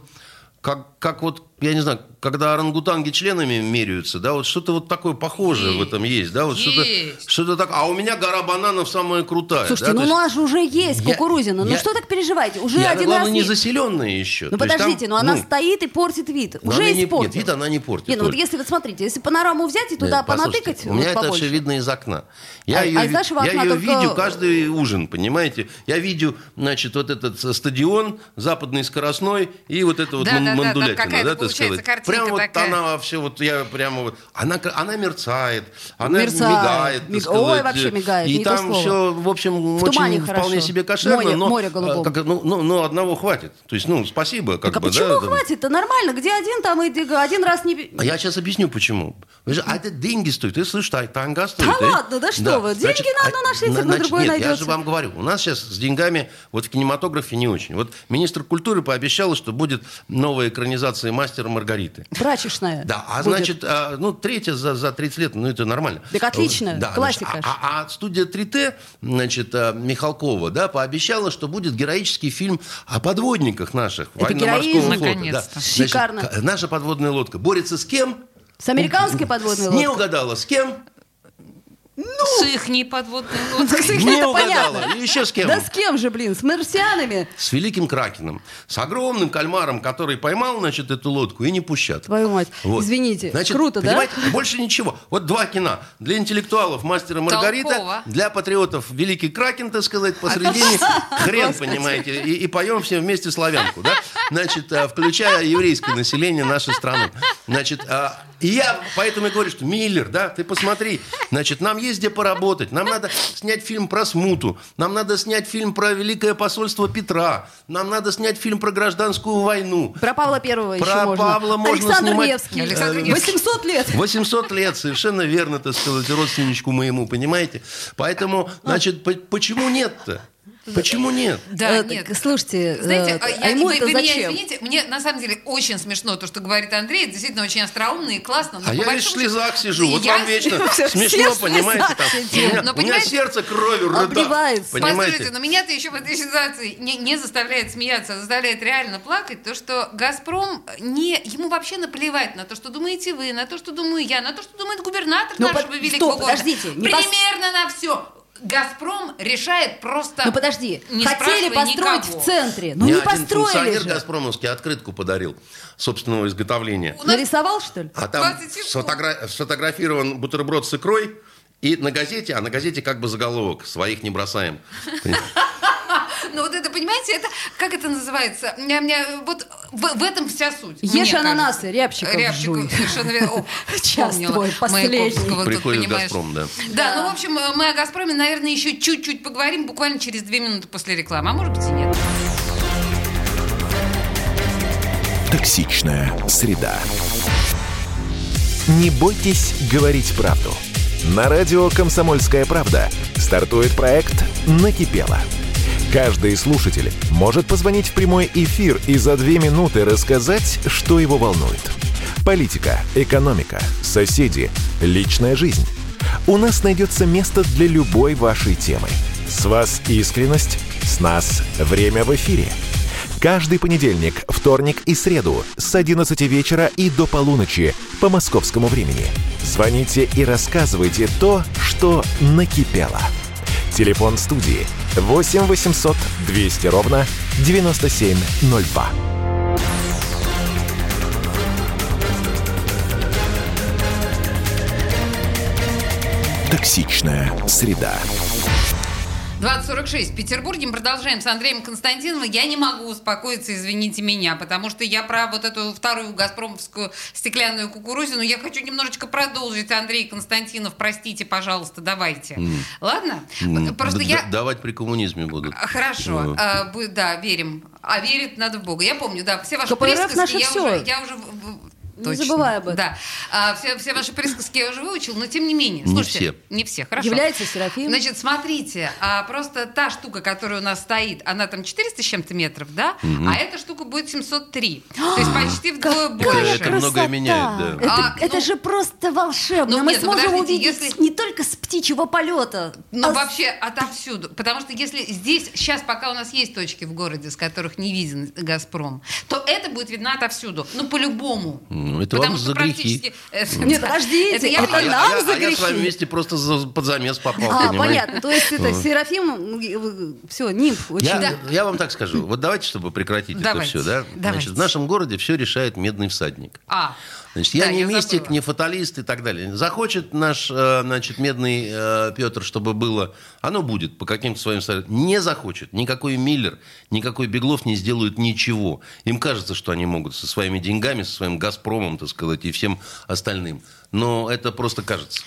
Как, как вот, я не знаю, когда орангутанги членами меряются, да, вот что-то вот такое похожее в этом есть, да, вот что-то, Есть. что-то так. А у меня гора бананов самая крутая. Слушайте, да, ну то у есть- нас же уже есть Я- кукурузина. Ну я- что так переживаете? Уже и она, один главное, раз... ну, не не- заселенная еще. Ну То есть там, подождите, но она ну, стоит и портит вид. но Уже она не- испортила. Нет, вид она не портит. Не, ну вот Оль. если вот смотрите, если панораму взять и туда Нет, послушайте, понатыкать, У меня вот это побольше. все видно из окна. Я А- ее, а из нашего я окна ее только- видел каждый ужин, понимаете? Я видел, значит, вот этот э, стадион, западный скоростной и вот это вот Да, да, ман- да, там мандулятина, какая-то так получается сказать. картинка Прям вот такая. она вообще вот, я прямо вот, она, к- она мерцает, она Мерцает. мигает, так Миг- сказать. ой, вообще мигает, И не то там слово. все, в общем, В тумане очень хорошо. вполне себе кошерно, Море- но, море э, голубом. как- ну, ну, ну, одного хватит. То есть, ну, спасибо, как Так а бы, да, почему там. хватит-то? Нормально, где один, там и один раз не... А Я сейчас объясню, почему. Вы же, А это деньги стоит. Ты слышишь, та- танга стоит. Да э? ладно, да что вы, деньги на одно а, нашлись, а на другое нет, Я найдется. же вам говорю, у нас сейчас с деньгами вот в кинематографе не очень. Вот министр культуры пообещал, что будет новая экранизация «Мастера и Маргариты». Прачечная. Да, а будет. значит, а, ну, третья за, за 30 лет, ну, это нормально. Так отлично, значит, классика а- а, а студия 3Т, значит, а, Михалкова, да, пообещала, что будет героический фильм о подводниках наших военно-морского героизм. флота. да. Наконец-то. Значит, Шикарно. к- наша подводная лодка борется с кем? С американской подводной Не лодкой? угадала, с кем? С ихней подводной лодкой. С их Не это угадала. понятно. И еще с кем? Да с кем же, блин, с марсианами? С великим кракеном. С огромным кальмаром, который поймал, значит, эту лодку и не пущат. Твою мать, Вот. извините. Значит, Круто, да? понимаете, больше ничего. Вот два кино. Для интеллектуалов «Мастера и Маргарита», Толково. для патриотов «Великий Кракен», так сказать, посредине хрен, понимаете, э, и, и поем все вместе славянку, да? Значит, а, включая еврейское население нашей страны. Значит, а, и я поэтому и говорю, что Миллер, да, ты посмотри, значит, нам есть где поработать, нам надо снять фильм про смуту, нам надо снять фильм про Великое посольство Петра, нам надо снять фильм про гражданскую войну. Про Павла Первого Про еще можно. Павла можно Александр снимать. Невский. Александр Э, Невский. 800 лет. 800 лет, совершенно верно, так сказать, родственничку моему, понимаете? Поэтому, Ну. значит, по- почему нет-то? Почему нет? Да, Э, нет. так, Слушайте, Знаете, э, а я- а ему вы, это вы меня зачем? извините, мне на самом деле очень смешно то, что говорит Андрей, это действительно очень остроумно и классно. но А по Ну, я весь большому счету- слезах сижу, вот Я- вам вечно Всё, смешно, все в понимаете? слезах там. У сидим. меня- Но, У меня понимаете, сердце кровью рыдает, обливается. ну, Послушайте, понимаете? но меня-то еще в этой ситуации не, не заставляет смеяться, а заставляет реально плакать, то, что «Газпром», не, ему вообще наплевать на то, что думаете вы, на то, что думаю я, на то, что думает губернатор Ну, нашего под- великого стоп, города. подождите, не пос- Примерно на все. «Газпром» решает просто... Ну подожди, не хотели спрашивая построить никого. в центре, Мне но ну, не один построили функционер же. «Газпромовский» открытку подарил собственного изготовления. У нас- Нарисовал, что ли? А там 20 секунд. сфотогра- сфотографирован бутерброд с икрой, и на газете, а на газете как бы заголовок «Своих не бросаем». Ну вот это, понимаете, это, как это называется? У меня, у меня- вот в, в этом вся суть. Ешь мне ананасы, кажется. рябчиков жуй. совершенно верно. О, Час вспомнила твой последний. Маяковского, тут, Приходит понимаешь. «Газпром», да. Да, ну, в общем, мы о «Газпроме», наверное, еще чуть-чуть поговорим, буквально через две минуты после рекламы, а может быть и нет. Токсичная среда. Не бойтесь говорить правду. На радио «Комсомольская правда» стартует проект «Накипело». Каждый слушатель может позвонить в прямой эфир и за две минуты рассказать, что его волнует. Политика, экономика, соседи, личная жизнь. У нас найдется место для любой вашей темы. С вас искренность, с нас время в эфире. Каждый понедельник, вторник и среду с 11 вечера и до полуночи по московскому времени. Звоните и рассказывайте то, что накипело. Телефон студии 8 800 200 ровно 9702. Токсичная среда. 2046. В Петербурге мы продолжаем с Андреем Константиновым. Я не могу успокоиться, извините меня, потому что я про вот эту вторую газпромовскую стеклянную кукурузину я хочу немножечко продолжить. Андрей Константинов, простите, пожалуйста, давайте. Ладно? Просто Д- я... д- Давать при коммунизме будут. Хорошо, Ну, А, бу- да, верим. А верить надо в Бога. Я помню, да, все ваши КПРФ присказки наше я всё. уже... Я уже в- в- Не точно. забывай об этом. Да. А, все, все ваши присказки я уже выучил, но тем не менее. Не Слушайте, все. Не все, хорошо. Является Серафим. Значит, смотрите, а, просто та штука, которая у нас стоит, она там 400 с чем-то метров, да? А эта штука будет 703. То есть почти вдвое Это- больше. это многое меняет, да. Это, А, это ну- же просто волшебно. Ну, Мы нет, ну, сможем подождите, увидеть если- не только с птичьего полета. Ну, а с- вообще отовсюду. Потому что если здесь, сейчас, пока у нас есть точки в городе, с которых не виден «Газпром», то это будет видно отовсюду. Ну, по-любому. Ну, это Потому вам что за грехи. практически- Это- Нет, подождите, Это я- это а я- нам а я- за а я с грехи. вами вместе просто за- под замес попал, А, понимаете? понятно. То есть это Вот. Серафим, все, нимф очень. Я, я вам так скажу. Вот давайте, чтобы прекратить это Давайте, все, да? давайте. Значит, в нашем городе все решает медный всадник. А, Значит, я Да, не я мистик, забыла. не фаталист и так далее. Захочет наш, э, значит, медный э, Петр, чтобы было, оно будет по каким-то своим советам. Не захочет. Никакой Миллер, никакой Беглов не сделают ничего. Им кажется, что они могут со своими деньгами, со своим Газпромом, так сказать, и всем остальным. Но это просто кажется.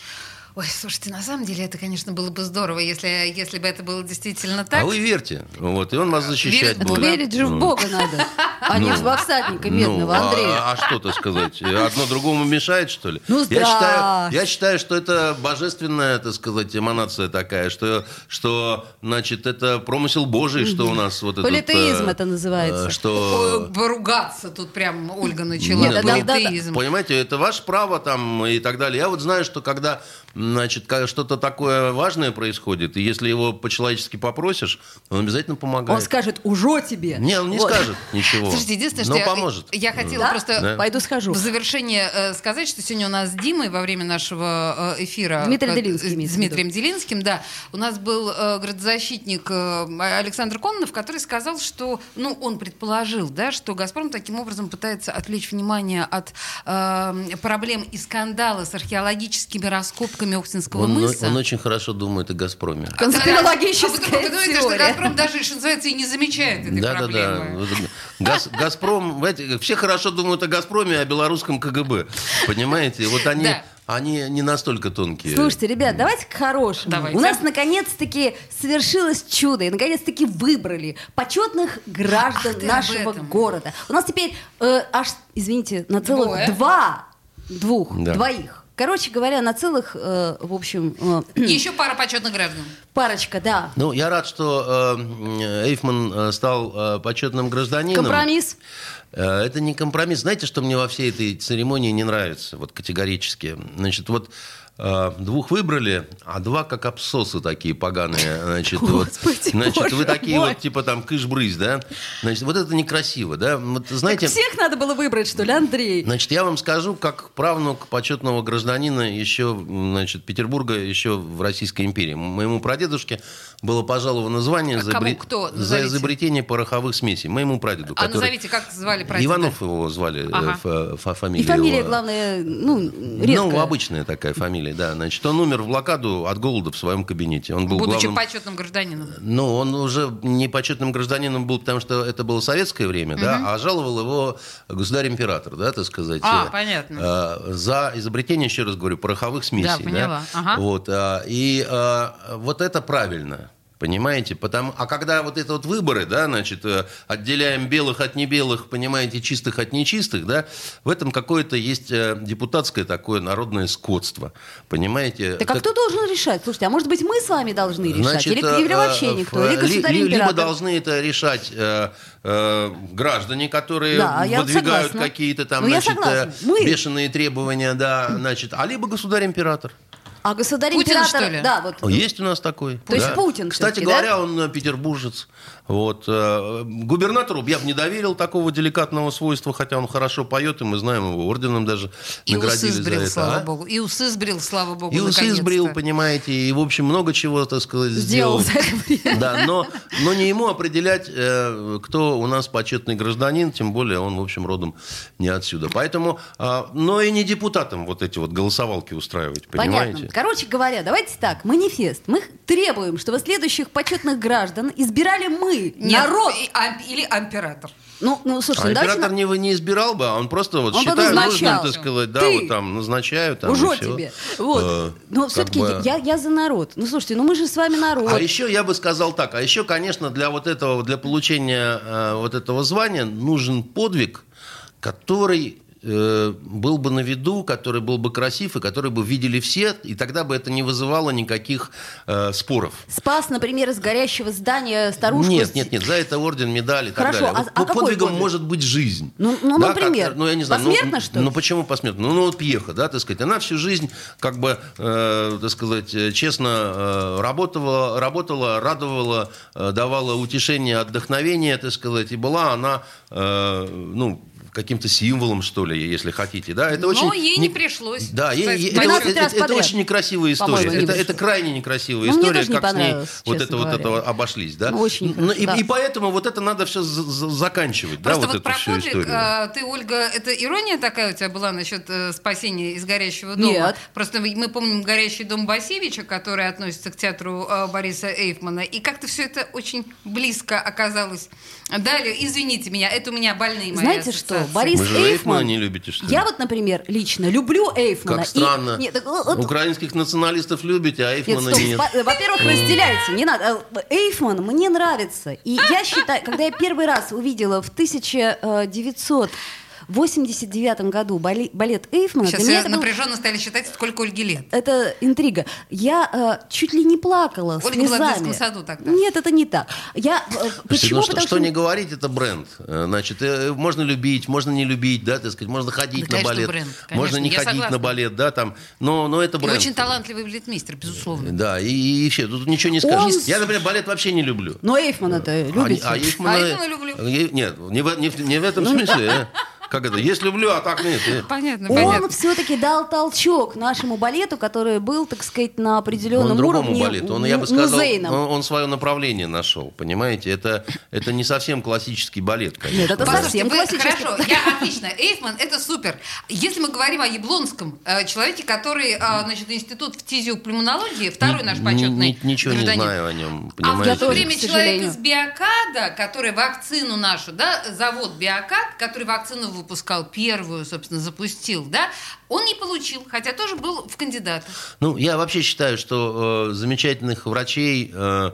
ой, слушайте, на самом деле это, конечно, было бы здорово, если, если бы это было действительно так. А вы верьте. Вот, и он вас защищать Верит Ну, будет. Верить же в Ну. Бога надо, а не Ну. в всадника Ну, бедного а- Андрея. А, что то сказать? Одно другому мешает, что ли? Ну, я, да. считаю, я считаю, что это божественная, так сказать, эманация такая, что, что значит, это промысел Божий, что у нас вот этот... Политеизм э, это называется. э, Ой, Что... Поругаться тут прям Ольга начала. Нет, да, да, да. Политеизм. Понимаете, это ваше право там и так далее. Я вот знаю, что когда, значит, когда что-то такое важное происходит, и если его по-человечески попросишь, он обязательно помогает. Он скажет, ужо тебе. Не, он не Вот. скажет ничего. Слушайте, единственное, но что я- Ну, поможет. я, хотела Да? просто Да. Пойду схожу. В завершение э, сказать, что сегодня у нас с Димой во время нашего э, эфира... Дмитрий э, Делинский э, имеется С в виду. Дмитрием Делинским, да. У нас был э, градозащитник э, Александр Кононов, который сказал, что... Ну, он предположил, да, что «Газпром» таким образом пытается отвлечь внимание от э, проблем и скандала с археологическими раскопками Охтинского Он, мыса. он очень хорошо думает о «Газпроме». Конспирологическая А вы думаете, что теория. «Газпром» даже, что называется, и не замечает этой Да, да, проблемы. да. Газ- «Газпром», знаете, все хорошо думают о «Газпроме», о белорусском КГБ. Понимаете? Вот они, Да. они не настолько тонкие. Слушайте, ребят, давайте к хорошему. Давайте. У нас наконец-таки совершилось чудо, и наконец-таки выбрали почетных граждан Ах ты, об нашего этом. города. У нас теперь э, аж, извините, на целых Двое. два, двух, Да. двоих. Короче говоря, на целых, э, в общем, э, И еще пара почетных граждан. парочка, да. Ну, я рад, что э, Эйфман э, стал э, почетным гражданином. Компромисс. Э, Это не компромисс. Знаете, что мне во всей этой церемонии не нравится, вот категорически? Значит, вот э, двух выбрали, а два как абсосы такие поганые. Значит, вот, Господи, значит боже вы такие мой. вот, типа там кыш-брысь, да? Значит, вот это некрасиво, да? Вот, знаете... Всех надо было выбрать, что ли, Андрей? Значит, я вам скажу, как правнук почетного гражданина еще, значит, Петербурга, еще в Российской империи. Моему прадедушке было пожаловано звание за, А Кому? бри- Кто? за Назовите. изобретение пороховых смесей. Моему прадеду. А который- назовите, как звали прадеда? Иванов его звали, э, Ага. фа- фа- фамилия И фамилия, его. э, главное, ну, редкая. Ну, обычная такая фамилия, да. Значит, он умер в блокаду от голода в своем кабинете. Он был Будучи главным... почетным гражданином. Ну, он уже не почетным гражданином был, потому что это было советское время, да, а жаловал его государь-император, да, так сказать. А, Э, понятно. э, за изобретение, еще раз говорю, пороховых смесей. Да, поняла. Ага. Вот, а, и а, вот это правильно. Понимаете? Потому, а когда вот это вот выборы, да, значит, э, отделяем белых от небелых, понимаете, чистых от нечистых, да, в этом какое-то есть э, депутатское такое народное скотство. Понимаете? Так а кто должен решать? Слушайте, а может быть мы с вами должны решать? или, э, или вообще э, никто? э, Или ли- государь ли- Либо император? должны это решать э, э, граждане, которые Да, я выдвигают согласна. какие-то там Ну, я значит, э, согласна. Мы- бешеные требования, да, значит, а либо государь-император. А государь Путин, император, что ли? да, вот. Есть у нас такой. То есть да. Путин Кстати всё-таки, говоря, да? он э, петербуржец. Вот. э, Губернатору б я бы не доверил такого деликатного свойства, хотя он хорошо поет, и мы знаем его орденом даже И усы наградили за сбрил, это, слава а? богу. И усы сбрил, слава богу, И усы наконец-то. сбрил, понимаете, и, в общем, много чего, так сказать, Сделал сделал. за это время. Да, но, но не ему определять, э, кто у нас почетный гражданин, тем более он, в общем, родом не отсюда. Поэтому, а, но и не депутатам вот эти вот голосовалки устраивать, понимаете? Понятно. Короче говоря, давайте так, манифест. Мы требуем, чтобы следующих почетных граждан избирали мы, Нет, народ. и- а- или император. Ну, ну слушай, А ну, давайте император на- не, вы не избирал бы, а он просто вот Он бы считает нужным, назначал. так сказать, да, Ты! вот там назначаю, там и Ужо всё. тебе. Вот. Э, Но как все-таки бы- я, я за народ. Ну, слушайте, ну мы же с вами народ. А еще я бы сказал так, а еще, конечно, для вот этого, для получения э, вот этого звания нужен подвиг, который э, был бы на виду, который был бы красив и который бы видели все, и тогда бы это не вызывало никаких э, споров. Спас, например, из горящего здания старушку. Нет, нет, нет, за это орден, медали и так Хорошо, далее. а- Вот а по- какой подвигом подвиг? может быть жизнь. Ну, ну, Да, например, как-то, ну, я не знаю, ну, посмертно, что ли? Ну, почему посмертно? Ну, ну, вот Пьеха, да, так сказать, она всю жизнь, как бы, э, так сказать, э, честно э, работала, работала, радовала, э, давала утешение, отдохновение, так сказать, и была она, э, ну, каким-то символом, что ли, если хотите, да? Это Но очень ей не пришлось. Да, ей- Кстати, ей- это, 12 это- раз это подряд. очень некрасивая история. По-моему, не Это, вышло. это крайне некрасивая Ну, мне история, тоже не как с ней понравилось, вот честно это вот говоря. этого обошлись, да? Ну, очень Ну, и, нехорошо, и да. поэтому вот это надо все заканчивать, Просто да, вот, вот, эту про всю подвиг, историю. а, ты, Ольга, это ирония такая у тебя была насчет э, спасения из горящего дома? Нет. Просто мы- мы помним горящий дом Басевича, который относится к театру э, Бориса Эйфмана, и как-то все это очень близко оказалось. Далее, извините меня, это у меня больные мои Знаете что, ассоциации. Борис Вы же Эйфман... Эйфмана не любите, что ли? Я вот, например, лично люблю Эйфмана. Как И- странно. Нет, так, вот- Украинских националистов любите, а Нет, Эйфмана стоп. нет. Во- Во-первых, разделяйте, не надо. Э, Эйфман мне нравится. И я считаю, когда я первый раз увидела в э, 1989 году бали- балет Эйфмана, для Сейчас меня все это, был- напряженно стали считать, сколько Ольги лет. это интрига. Я э, чуть ли не плакала Ольга была в слезами. детском саду тогда. Нет, это не так. Я, э, Слушайте, почему? ну что, Потому что не говорить, это бренд. Э, Значит, э, можно любить, можно не любить, да, так сказать, можно ходить Да, на конечно, балет, бренд, конечно, можно не я ходить согласна. на балет, да, там, но, но это И бренд. очень талантливый балетмейстер, безусловно. Да, и, и все, тут ничего не скажешь. Я, например, балет вообще не люблю. Но Эйфмана-то любите. А, а Эйфмана- А Эйфмана люблю. Э, Нет, не в, не в- не в этом смысле. э. Как это? Есть люблю, а так нет. Э. Понятно, Он понятно. все-таки дал толчок нашему балету, который был, так сказать, на Ну, Он определенном другому уровне болит. Он, му- я бы сказал, он, музейном. он свое направление нашел, понимаете? Это, это не совсем классический балет, конечно. Нет, это Послушайте, совсем вы- классический. Хорошо, я отлично. Эйфман, это супер. Если мы говорим о Яблонском, э, человеке, который, э, значит, институт в тизиопульмонологии, второй наш Ни- почетный ни- Ничего не гражданин. знаю о нем, А в понимаете? Я то тоже, время к человек сожалению. из Биокада, который вакцину нашу, да, завод Биокад, который вакцину выпускал первую, собственно, запустил, да, он не получил, хотя тоже был в кандидатах. Ну, я вообще считаю, что э, замечательных врачей э,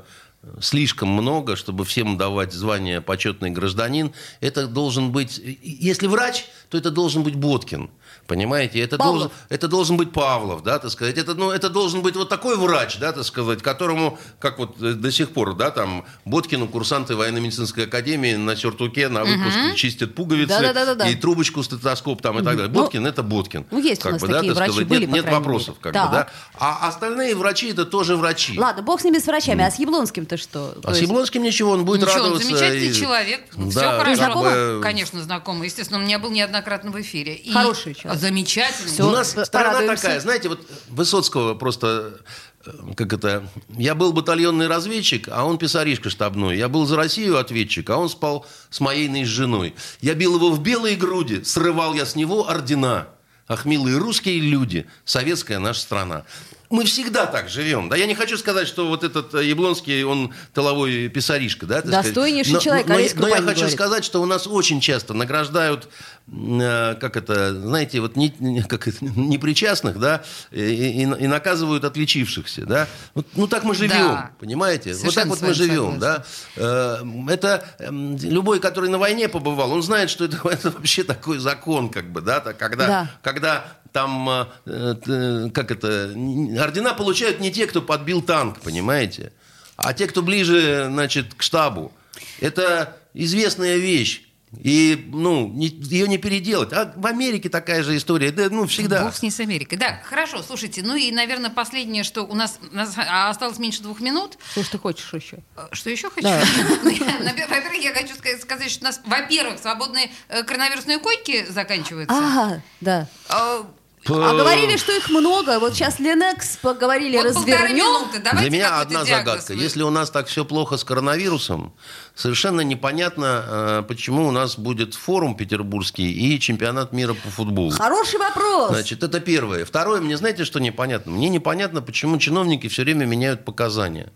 слишком много, чтобы всем давать звание почетный гражданин. Это должен быть, и- и- если врач, то это должен быть Боткин. Понимаете, это Павлов. должен, это должен быть Павлов, да, так сказать. Это, ну, это должен быть вот такой врач, да, так сказать, которому, как вот э, до сих пор, да, там, Боткину курсанты военно-медицинской академии на сюртуке на выпуске чистят пуговицы Да-да-да-да-да. и трубочку стетоскоп там и так далее. Ну, Боткин это Боткин. ну, есть у Как нас бы, да, такие так врачи сказать, были, Нет, по нет крайней вопросов, мере. как бы, да. Так. А остальные врачи это тоже врачи. Ладно, бог с ними с врачами, а с Яблонским-то что? А То с есть- Яблонским ничего, он будет Ничего, он радоваться. замечательный и- человек, все Да, хорошо. как бы, Конечно, знакомый. Естественно, он у меня был неоднократно в эфире. И- Хороший человек. Замечательный. Всё. У нас п- страна порадуемся. такая, знаете, вот Высоцкого просто, э, как это, я был батальонный разведчик, а он писаришка штабной. Я был за Россию ответчик, а он спал с моей ныне женой. Я бил его в белые груди, срывал я с него ордена. Ах, милые русские люди, советская наша страна. Мы всегда так живем. Да, я не хочу сказать, что вот этот э, Яблонский, он тыловой писаришка, да? так сказать. Достойнейший Но- человек, но- но я- арийскую но я память хочу говорит. сказать, сказать, что у нас очень часто награждают, м, э, как это, знаете, вот не, не- как это, непричастных, да, и, и- и наказывают отличившихся, да. Вот, ну так мы живем, Да. понимаете? Совершенно вот с так вот вами мы живем, да. Э, Это эм, любой, который на войне побывал, он знает, что это, это вообще такой закон, как бы, да, так, когда, Да. когда там, э, э, как это, н- ордена получают не те, кто подбил танк, понимаете, а те, кто ближе, значит, к штабу. Это известная вещь. И, ну, не- ее не переделать. А в Америке такая же история. Да, ну, всегда. Бог с ней с Америкой. Да, хорошо, слушайте. Ну и, наверное, последнее, что у нас, у нас а, осталось меньше двух минут. Что ж ты хочешь еще? Э, Что еще хочу? Да. Ну, я, напе- Во-первых, я хочу ска- сказать, что у нас, во-первых, свободные э, коронавирусные койки А, заканчиваются. Ага, да. Э, А говорили, что их много. Вот сейчас Ленекс поговорили, вот полторы развернем. минуты. Давайте Для меня какой-то одна диагноз загадка. вы- Если у нас так все плохо с коронавирусом, совершенно непонятно, э, почему у нас будет форум петербургский и чемпионат мира по футболу. Хороший вопрос. Значит, это первое. Второе, мне знаете, что непонятно? Мне непонятно, почему чиновники все время меняют показания.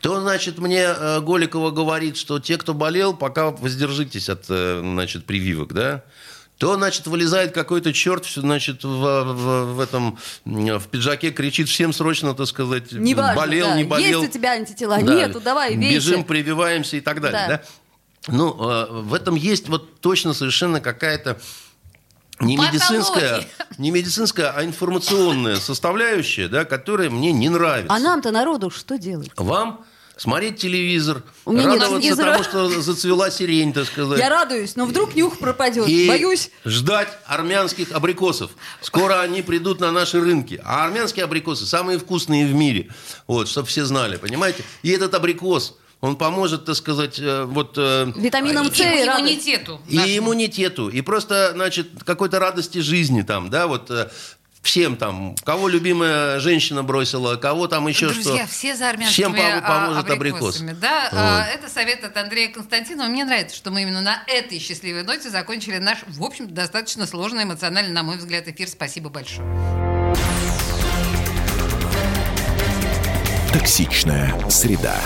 То, значит, мне э, Голикова говорит, что те, кто болел, пока воздержитесь от, э, значит, прививок, да? То, значит, вылезает какой-то черт, всё, значит, в, в- в этом, м, в пиджаке кричит всем срочно, так сказать, Неважно, болел, да. не болел. Есть у тебя антитела? Да. Нету, давай, вейся. Бежим, прививаемся и так далее, Да. да? Ну, э, в этом есть вот точно совершенно какая-то не медицинская, не медицинская, а информационная составляющая, да, которая мне не нравится. А нам-то народу что делать? Вам смотреть телевизор, У меня нет радоваться телевизора. тому, что зацвела сирень, так сказать. Я радуюсь, но вдруг нюх пропадет. Э. и Боюсь. ждать армянских абрикосов. Скоро они придут на наши рынки. А армянские абрикосы самые вкусные в мире. Вот, чтобы все знали, понимаете? И этот абрикос, он поможет, так сказать, э, вот... э, Витамином С И и радость. иммунитету. и нашему. иммунитету, и просто, значит, какой-то радости жизни там, да, вот э, всем там, кого любимая женщина бросила, кого там еще что. Друзья, все за армянскими Всем пом- поможет а, абрикос. абрикосами. Да, а, это совет от Андрея Константинова. Мне нравится, что мы именно на этой счастливой ноте закончили наш, в общем, достаточно сложный эмоциональный, на мой взгляд, эфир. Спасибо большое. Токсичная среда.